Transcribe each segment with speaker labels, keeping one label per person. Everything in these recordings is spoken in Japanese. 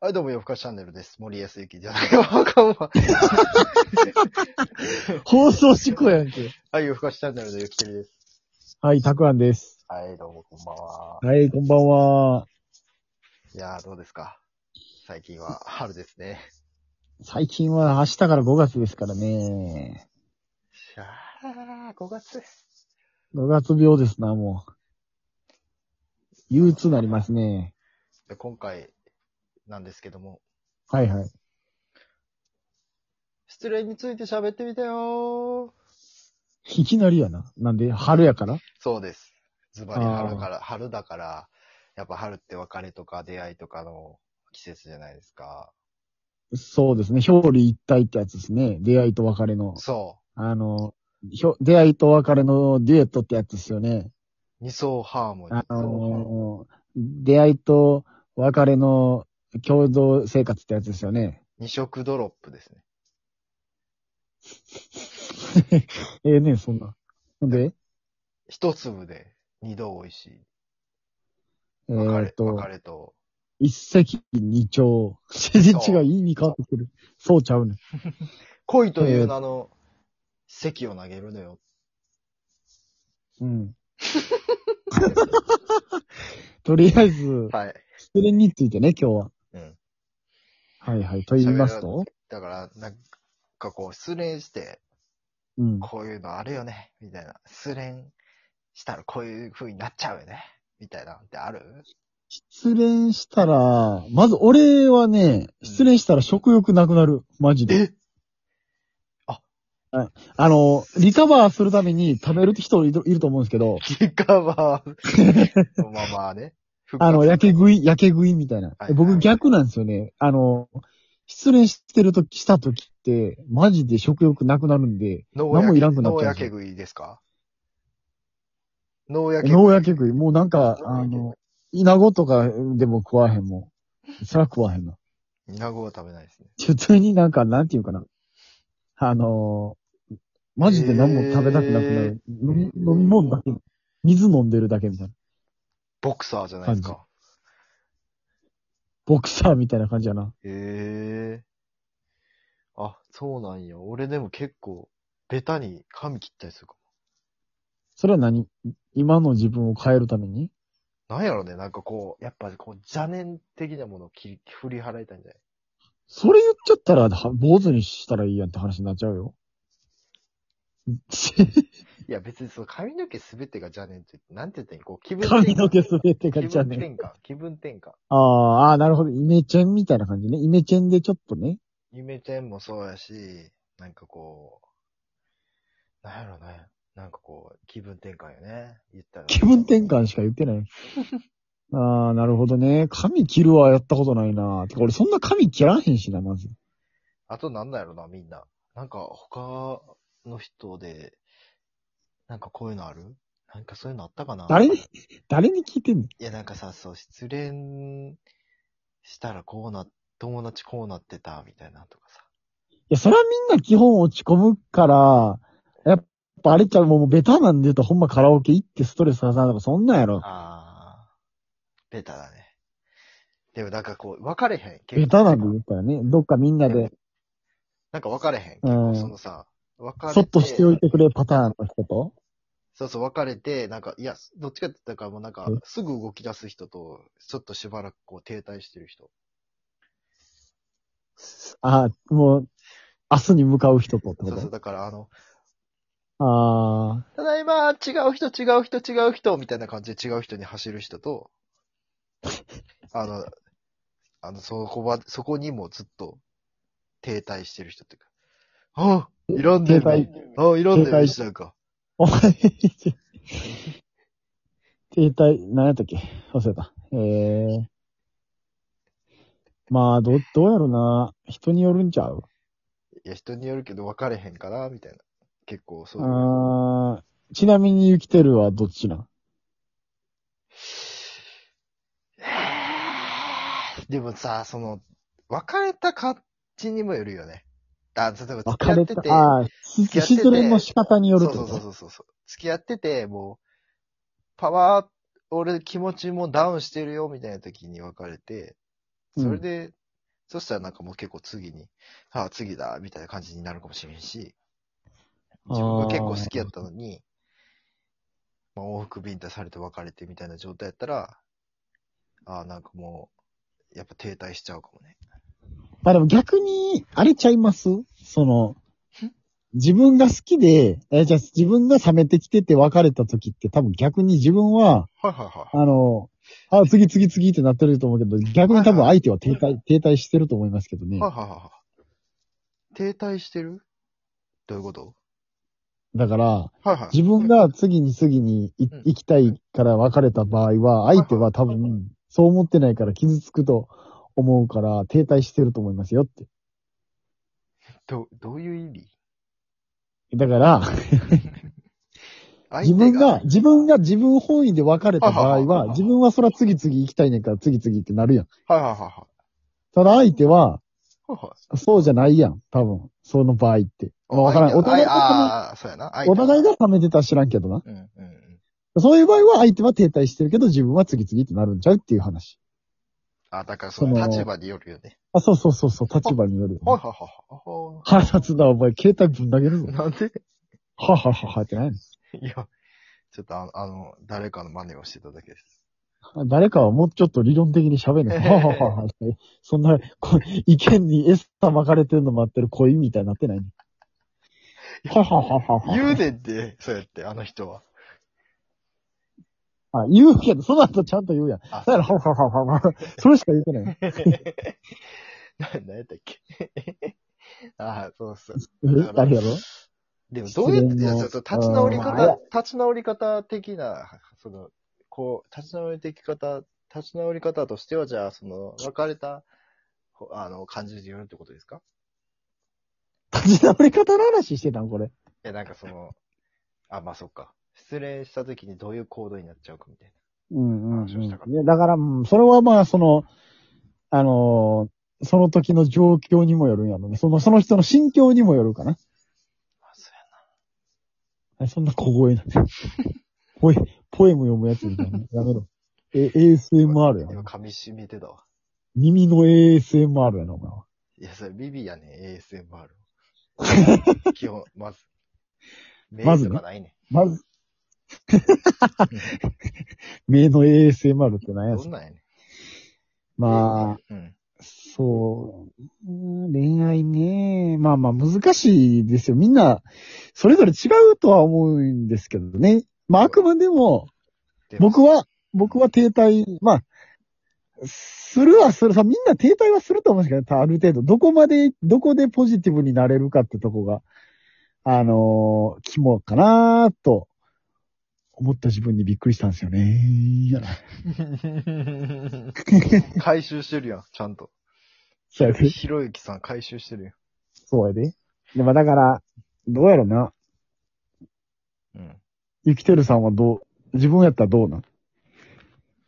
Speaker 1: はい、どうも、夜更かしチャンネルです。森安幸じゃない わ、かんわ。
Speaker 2: 放送事故やんけ。
Speaker 1: はい、夜更かしチャンネルのゆきてるです。
Speaker 2: はい、たくあんです。
Speaker 1: はい、どうも、こんばんは。
Speaker 2: はい、こんばんは。
Speaker 1: いやー、どうですか最近は春ですね。
Speaker 2: 最近は明日から5月ですからね。
Speaker 1: いやー、5月です。
Speaker 2: 5月病ですな、もう。憂鬱になりますね。
Speaker 1: で今回、なんですけども、
Speaker 2: はいはい。
Speaker 1: 失恋について喋ってみたよー。
Speaker 2: いきなりやな。なんで、春やから
Speaker 1: そうです。ズバリ春から、春だから、やっぱ春って別れとか出会いとかの季節じゃないですか。
Speaker 2: そうですね。表裏一体ってやつですね。出会いと別れの。
Speaker 1: そ
Speaker 2: あの、ひょ出会いと別れのデュエットってやつですよね。
Speaker 1: う。二層ハーモニー
Speaker 2: あ。の出会いと別れの共同生活ってやつですよね。
Speaker 1: 二色ドロップですね。
Speaker 2: ええねそんな。ほんで
Speaker 1: 一粒で二度美味しい。
Speaker 2: え
Speaker 1: 別
Speaker 2: ー
Speaker 1: れ
Speaker 2: っ、と
Speaker 1: 別、れと。
Speaker 2: 一石二鳥。全然違う。意味変わってくる。そうちゃうね。
Speaker 1: 恋という名の、席を投げるの よ。
Speaker 2: うん。とりあえず、
Speaker 1: はい。
Speaker 2: 失恋についてね、今日は。
Speaker 1: うん。
Speaker 2: はいはい。と言いますと
Speaker 1: だから、なんかこう、失恋して、
Speaker 2: うん。
Speaker 1: こういうのあるよね、みたいな。失恋したらこういう風になっちゃうよね、みたいなのってある
Speaker 2: 失恋したら、まず俺はね、失恋したら食欲なくなる。マジで。
Speaker 1: あ
Speaker 2: はいあの、リカバーするために食べる人いるいると思うんです けど、
Speaker 1: リカバー。まあまあね。
Speaker 2: あの、焼け
Speaker 1: い。
Speaker 2: 食い、焼け食いみたいな。
Speaker 1: はい
Speaker 2: 僕逆なんですよね。あの、失恋してるとき、したときって、マジで食欲なくなるんで、
Speaker 1: 脳
Speaker 2: 何も
Speaker 1: 焼
Speaker 2: いら
Speaker 1: け
Speaker 2: んくなっちゃう
Speaker 1: 脳焼け食いですか脳焼け食い。
Speaker 2: 脳焼け食い、もうなんか、あの、イナゴとかでも食わへんもん。そら食わへんな。
Speaker 1: イナゴを食べないですね。
Speaker 2: 普通になんか、なんていうかな。あのーマジで何も食べたくなくなる。飲み、飲み物だけ。水飲んでるだけみたいな。
Speaker 1: ボクサーじゃないですか。
Speaker 2: ボクサーみたいな感じやな。
Speaker 1: へえ。あ、そうなんや。俺でも結構、ベタに髪切ったりするか
Speaker 2: それは何今の自分を変えるために
Speaker 1: も。なんやろね、なんかこう、やっぱこう、邪念的なものを切り振り払いたいんじゃない
Speaker 2: それ言っちゃったら、は坊主にしたらいいやんって話になっちゃう よ。
Speaker 1: いや、別にその髪の毛すべてが邪念って、なんて言ったらいいこう、気分
Speaker 2: 髪の毛すべてが
Speaker 1: 気
Speaker 2: じゃ
Speaker 1: 分
Speaker 2: ねえ。
Speaker 1: 転換、気分転換。
Speaker 2: あーあー、なるほど。イメチェンみたいな感じね。イメチェンでちょっとね。
Speaker 1: イメチェンもそうやし、なんかこう、なんやろね、なんかこう、気分転換よね。言ったら。
Speaker 2: 気分転換しか言っ てない。ああ、なるほどね。髪切るはやったことないな。てか俺そんな髪切らんへんしな、まず。
Speaker 1: あとなんだろうな、みんな。なんか、他の人で、なんかこういうのあるなんかそういうのあったかな
Speaker 2: 誰
Speaker 1: い
Speaker 2: に、誰に聞いてんの
Speaker 1: や、なんかさ、そう、失恋したらこうな、友達こうなってた、みたいなとかさ。
Speaker 2: いや、それはみんな基本落ち込むから、やっぱあれちゃう、もうベタなんで言うとほんまカラオケ行ってストレス発散とかそんなんやろ。
Speaker 1: あー、ベタだね。でもなんかこう、分かれへん。結構
Speaker 2: ベタなんで言ったらね、どっかみんなで、
Speaker 1: なんか分かれへん。結
Speaker 2: う
Speaker 1: 構
Speaker 2: ん
Speaker 1: そのさ、分かれ
Speaker 2: そっとしておいてくれパターンの人と。
Speaker 1: そうそう、別れて、なんか、いや、どっちかって言ったら、もうなんか
Speaker 2: うん、
Speaker 1: すぐ動き出す人と、ちょっとしばらくこう、停滞してる人。
Speaker 2: ああ、もう、明日に向かう人とってこ
Speaker 1: そうそう、
Speaker 2: と
Speaker 1: だから、あの、
Speaker 2: あ
Speaker 1: ただいま、違う人、違う人、違う人、みたいな感じで違う人に走る人 と、あの、あの、そこは、そこにもずっと停滞してる人っていうか、ああ、いろんでる
Speaker 2: 停滞。
Speaker 1: ああ、いろんでる人なんか。
Speaker 2: あ、お前、停滞、何やったっけ忘れた。ええまあ、ど、どうやろな。人によるんちゃう
Speaker 1: いや、人によるけど分かれへんから、みたいな。結構、そう。
Speaker 2: あーちなみに、ゆきてるはどっちなん
Speaker 1: でもさ、その、別れた感じにもよるよね。あ、例えば付き
Speaker 2: 別
Speaker 1: 合
Speaker 2: れ
Speaker 1: って
Speaker 2: た
Speaker 1: て。。
Speaker 2: ああ、し
Speaker 1: 付き合ってて
Speaker 2: 失恋の仕方によるって
Speaker 1: そ
Speaker 2: こ
Speaker 1: うそう
Speaker 2: と
Speaker 1: そうそうそう。付き合ってて、もう、パワー、俺気持ちもダウンしてるよ、みたいな時に別れて、それで、そしたらなんかもう結構次に、ああ、次だ、みたいな感じになるかもしれんし、自分が結構好きやったのに、まあ、往復ビンタされて別れてみたいな状態やったら、ああ、なんかもう、やっぱ停滞しちゃうかもね。
Speaker 2: まあでも逆に、あれちゃいますその、自分が好きで、えじゃあ自分が冷めてきてて別れた時って多分逆に自分は、
Speaker 1: はいはいはい。
Speaker 2: あの、あ、次次次ってなってると思うけど、逆に多分相手は停滞、停滞してると思いますけどね
Speaker 1: は。いはいはいはい。停滞してるどういうこと
Speaker 2: だから、
Speaker 1: はいはい。
Speaker 2: 自分が次に次にい
Speaker 1: うん
Speaker 2: 行きたいから別れた場合は、相手は多分そう思ってないから傷つくと思うから停滞してると思いますよって。
Speaker 1: ど、どういう意味
Speaker 2: だから、自分が、、自分が自分本位で別れた場
Speaker 1: は
Speaker 2: 合
Speaker 1: いはいはいはい
Speaker 2: は、自分はそら次々行きたいねんから次々ってなるやん。
Speaker 1: 相手がはいはいはいは
Speaker 2: ただ相手は、
Speaker 1: い。はいはい
Speaker 2: そうじゃないやん。多分、その場合って。まあわからん。お互い
Speaker 1: あ
Speaker 2: が
Speaker 1: ああ、そうやな。
Speaker 2: 冷め、お互いが冷めてたら知らんけどな。
Speaker 1: うんうんうん。
Speaker 2: そういう場合は相手は停滞してるけど自分は次々ってなるんちゃうっていう話。
Speaker 1: あ、だからそ
Speaker 2: そ
Speaker 1: の
Speaker 2: の
Speaker 1: 立場によるよね。
Speaker 2: あ、そうそうそうそう、立場による。
Speaker 1: はいはいは
Speaker 2: 腹立つな、お前、携帯ぶん投げるぞ
Speaker 1: いはい。。なんで
Speaker 2: ははははってない
Speaker 1: いや、ちょっとあの、あの誰かの真似をしてただけです。
Speaker 2: の誰かはもうちょっと理論的に喋る の。
Speaker 1: え
Speaker 2: は
Speaker 1: え
Speaker 2: はははって。そんな、こう意見にエスタ巻かれてるの待ってる恋みたいになってないの。ははははは。
Speaker 1: 言うでって、そうやって、あの人 は。
Speaker 2: あ言うけど、その後ちゃんと言うやん。だ
Speaker 1: あ、
Speaker 2: から、ははははは。それしか言っ てない。
Speaker 1: な、なんやったっけ あそうそう。
Speaker 2: え誰やろ
Speaker 1: でも、どうやって、
Speaker 2: 失
Speaker 1: いや
Speaker 2: 恋の
Speaker 1: そうそう立ち直り
Speaker 2: うんあ
Speaker 1: 方、立ち直り方的な、その、こう、立ち直り的方、立ち直り方としては、じゃあ、その、別れた、こあの、感じによるってことですか
Speaker 2: 立ち直り方の話してたんこれ。
Speaker 1: いや、なんかその、あ、まあ、そっか。失恋した時にどういう行動になっちゃうかみたい
Speaker 2: うんうん、
Speaker 1: 話をしたかった
Speaker 2: ねだから、うんそれはまあ、その、あのーその時の状況にもよるんやろね。その、その人の心境にもよるかな。
Speaker 1: な。あそう
Speaker 2: あ そんな小声な。ポエ、ポエム読むやつみたいな。やめろ。え、ASMR や
Speaker 1: やな。今、
Speaker 2: な。
Speaker 1: 噛み締めてたわ。
Speaker 2: 耳の ASMR やな、お前は。
Speaker 1: いや、それ、ビビやね、ASMR。基 本、まず。
Speaker 2: ま
Speaker 1: メイン
Speaker 2: ずね
Speaker 1: とかないね。
Speaker 2: まず、目の ASMR って何や
Speaker 1: ど
Speaker 2: つ
Speaker 1: んなんやね。
Speaker 2: まあ、
Speaker 1: あ。うん。
Speaker 2: そう、うん恋愛ね。まあまあ難しいですよ。みんな、それぞれ違うとは思うんですけどね。まああくまでも、
Speaker 1: でも
Speaker 2: 僕は、僕は停滞、まあ、するはするさ、みんな停滞はすると思うんですけど、たある程度。どこまで、どこでポジティブになれるかってとこが、あのー肝かなーと、思った自分にびっくりしたんですよね。いや
Speaker 1: 回収してるやん、ちゃんと。
Speaker 2: そうやで。
Speaker 1: ひろゆきさん回収してる
Speaker 2: そうやで。でもだから、どうやろな。
Speaker 1: やん。うん。
Speaker 2: 生きてるさんはどう、自分やったらどうなん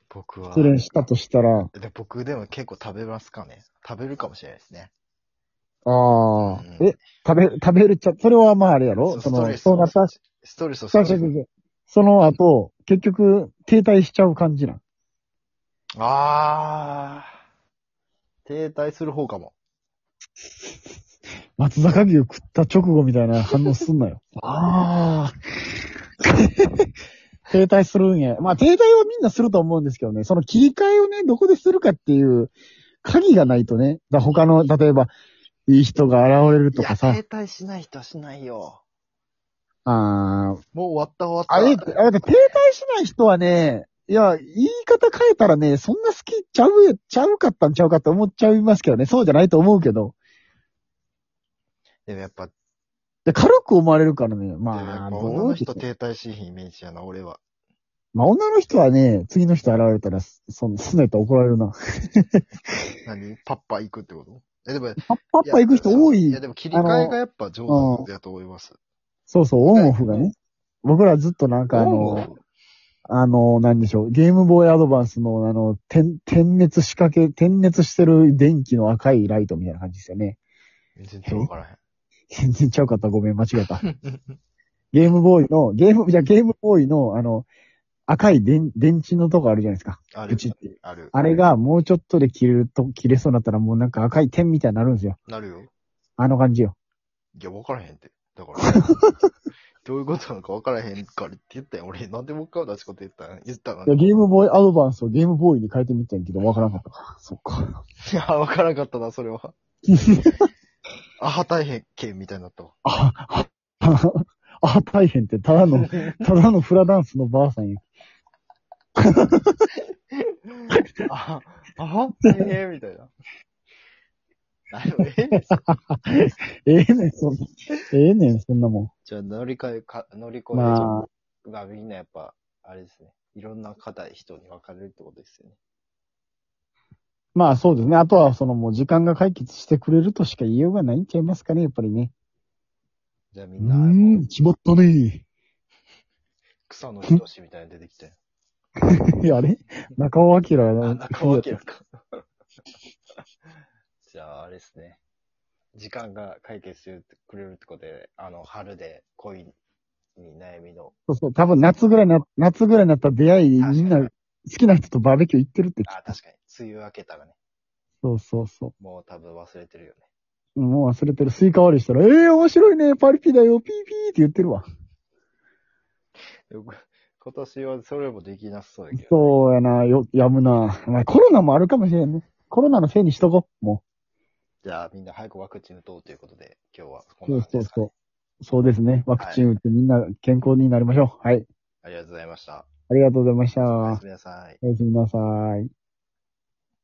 Speaker 1: 僕は。
Speaker 2: 失恋したとしたら、
Speaker 1: で僕でも結構食べますかね。食べるかもしれないですね。
Speaker 2: ああ、
Speaker 1: うん
Speaker 2: え、食べ、食べるちゃ、それはまああれやろそ
Speaker 1: ストレ
Speaker 2: の、
Speaker 1: ス
Speaker 2: そう
Speaker 1: を
Speaker 2: なった
Speaker 1: ストレスを
Speaker 2: そうそうそうそう。その後、結局、停滞しちゃう感じなん。
Speaker 1: あー。停滞する方かも。
Speaker 2: 松坂牛食った直後みたいな反応すんなよ。ああ。停滞するんや。まあ停滞はみんなすると思うんですけどね。その切り替えをね、どこでするかっていう鍵がないとね。だ他の、例えば、いい人が現れる
Speaker 1: い
Speaker 2: と
Speaker 1: や、
Speaker 2: か
Speaker 1: 停
Speaker 2: さ。
Speaker 1: 滞しない人はしないよ。
Speaker 2: ああ。
Speaker 1: もう終わった終
Speaker 2: あ
Speaker 1: わ
Speaker 2: れ、
Speaker 1: った。
Speaker 2: あれ、停滞しない人はね、いや、言い方変えたらね、そんな好きちゃう、ちゃうかったんちゃうかって思っちゃいますけどね。そうじゃないと思うけど。
Speaker 1: でもやっぱ、
Speaker 2: で、軽く思われるからね。
Speaker 1: でもやっ
Speaker 2: ま
Speaker 1: ぱ
Speaker 2: あ、ど
Speaker 1: 女
Speaker 2: う
Speaker 1: の
Speaker 2: でし
Speaker 1: 人
Speaker 2: ょう
Speaker 1: 停滞しひんイメージやな、俺は。
Speaker 2: まあ、女の人はね、次の人現れたら、そその、すねたら怒られるな。
Speaker 1: 何パッパ行くってことえ、でも、
Speaker 2: パッパッパ行く人多
Speaker 1: い
Speaker 2: い
Speaker 1: や、。でも切り替えがやっぱ上手だと思います。
Speaker 2: そうそう、オンオフがね。僕らずっとなんかあ
Speaker 1: オンオ
Speaker 2: の、
Speaker 1: フ
Speaker 2: あの、なんでしょう、ゲームボーイアドバンスの、あの、点、点滅仕掛け、点滅してる電気の赤いライトみたいな感じですよね。
Speaker 1: 全然わからへん。
Speaker 2: 全然 ちゃうかった、ごめん、間違えた。ゲームボーイの、ゲーム、いや、ゲームボーイの、あの、赤い電電池のとこあるじゃないですか。
Speaker 1: ある
Speaker 2: プチって。
Speaker 1: ある。
Speaker 2: あれがもうちょっとで切れると、切れそうになったらもうなんか赤い点みたいになるんですよ。
Speaker 1: なるよ。
Speaker 2: あの感じよ。
Speaker 1: いや、わからへんって。だから。 どういうことなのかわからへんからって言ったやん。俺、なんでもう一回同じこと言ったん言ったの
Speaker 2: いやゲームボーイアドバンスをゲームボーイに変えてみたんやけど、わからなかった。そっか。
Speaker 1: いや、わからんかったな、それ は。アハ大変剣みたいにな ったわ。
Speaker 2: あ、あ、あ、大変って、ただ の、ただのフラダンスのばあさんや。
Speaker 1: あ、アハ大変みたいな。あの、ええねん
Speaker 2: ええねん、そんな。ええねん、そんなも
Speaker 1: じゃあ、乗り換えか、乗り越
Speaker 2: ん。
Speaker 1: え
Speaker 2: まあ、
Speaker 1: がみんなやっぱ、あれですね。いろんな硬い人に分かれるってことですよね。
Speaker 2: まあそうですね。あとは、そのもう時間が解決してくれるとしか言いようがないんちゃいますかね、やっぱりね。
Speaker 1: じゃあみ
Speaker 2: うん
Speaker 1: な、
Speaker 2: ーん、決まったね。
Speaker 1: 草の人しみたいに出てきたよ。
Speaker 2: いや、あれ中尾明
Speaker 1: あ、
Speaker 2: の。
Speaker 1: 中尾明か。 じゃあ、あれですね。時間が解決してくれるってことで、あの、春で恋に悩みの、
Speaker 2: そうそう、多分夏ぐらいな、夏ぐらいになったら出会いで
Speaker 1: 確か
Speaker 2: み
Speaker 1: に
Speaker 2: んな好きな人とバーベキュー行ってるって。
Speaker 1: あ、確かに、梅雨明けたらね、
Speaker 2: そうそうそ
Speaker 1: もう多分忘れてるよね。
Speaker 2: う。もう忘れてる。スイカ割りしたら、ええー、面白いね、パリピだよ、ピーピーって言ってるわ。
Speaker 1: でも今年はそれもできなさそうだけど。
Speaker 2: そうやな、よ、やむな。まあコロナもあるかもしれんね。コロナのせいにしとこう、も
Speaker 1: じゃあ、みんな早くワクチン打とうということで、今日はこん
Speaker 2: う。そ
Speaker 1: な
Speaker 2: う
Speaker 1: 感じで
Speaker 2: そう
Speaker 1: すか、ね。
Speaker 2: そう。そうですね。ワクチン打ってみんな健康になりましょう。はい。
Speaker 1: ありがとうございました。
Speaker 2: ありがとうございました。
Speaker 1: おや
Speaker 2: お
Speaker 1: すみなさい。
Speaker 2: やすみなさい。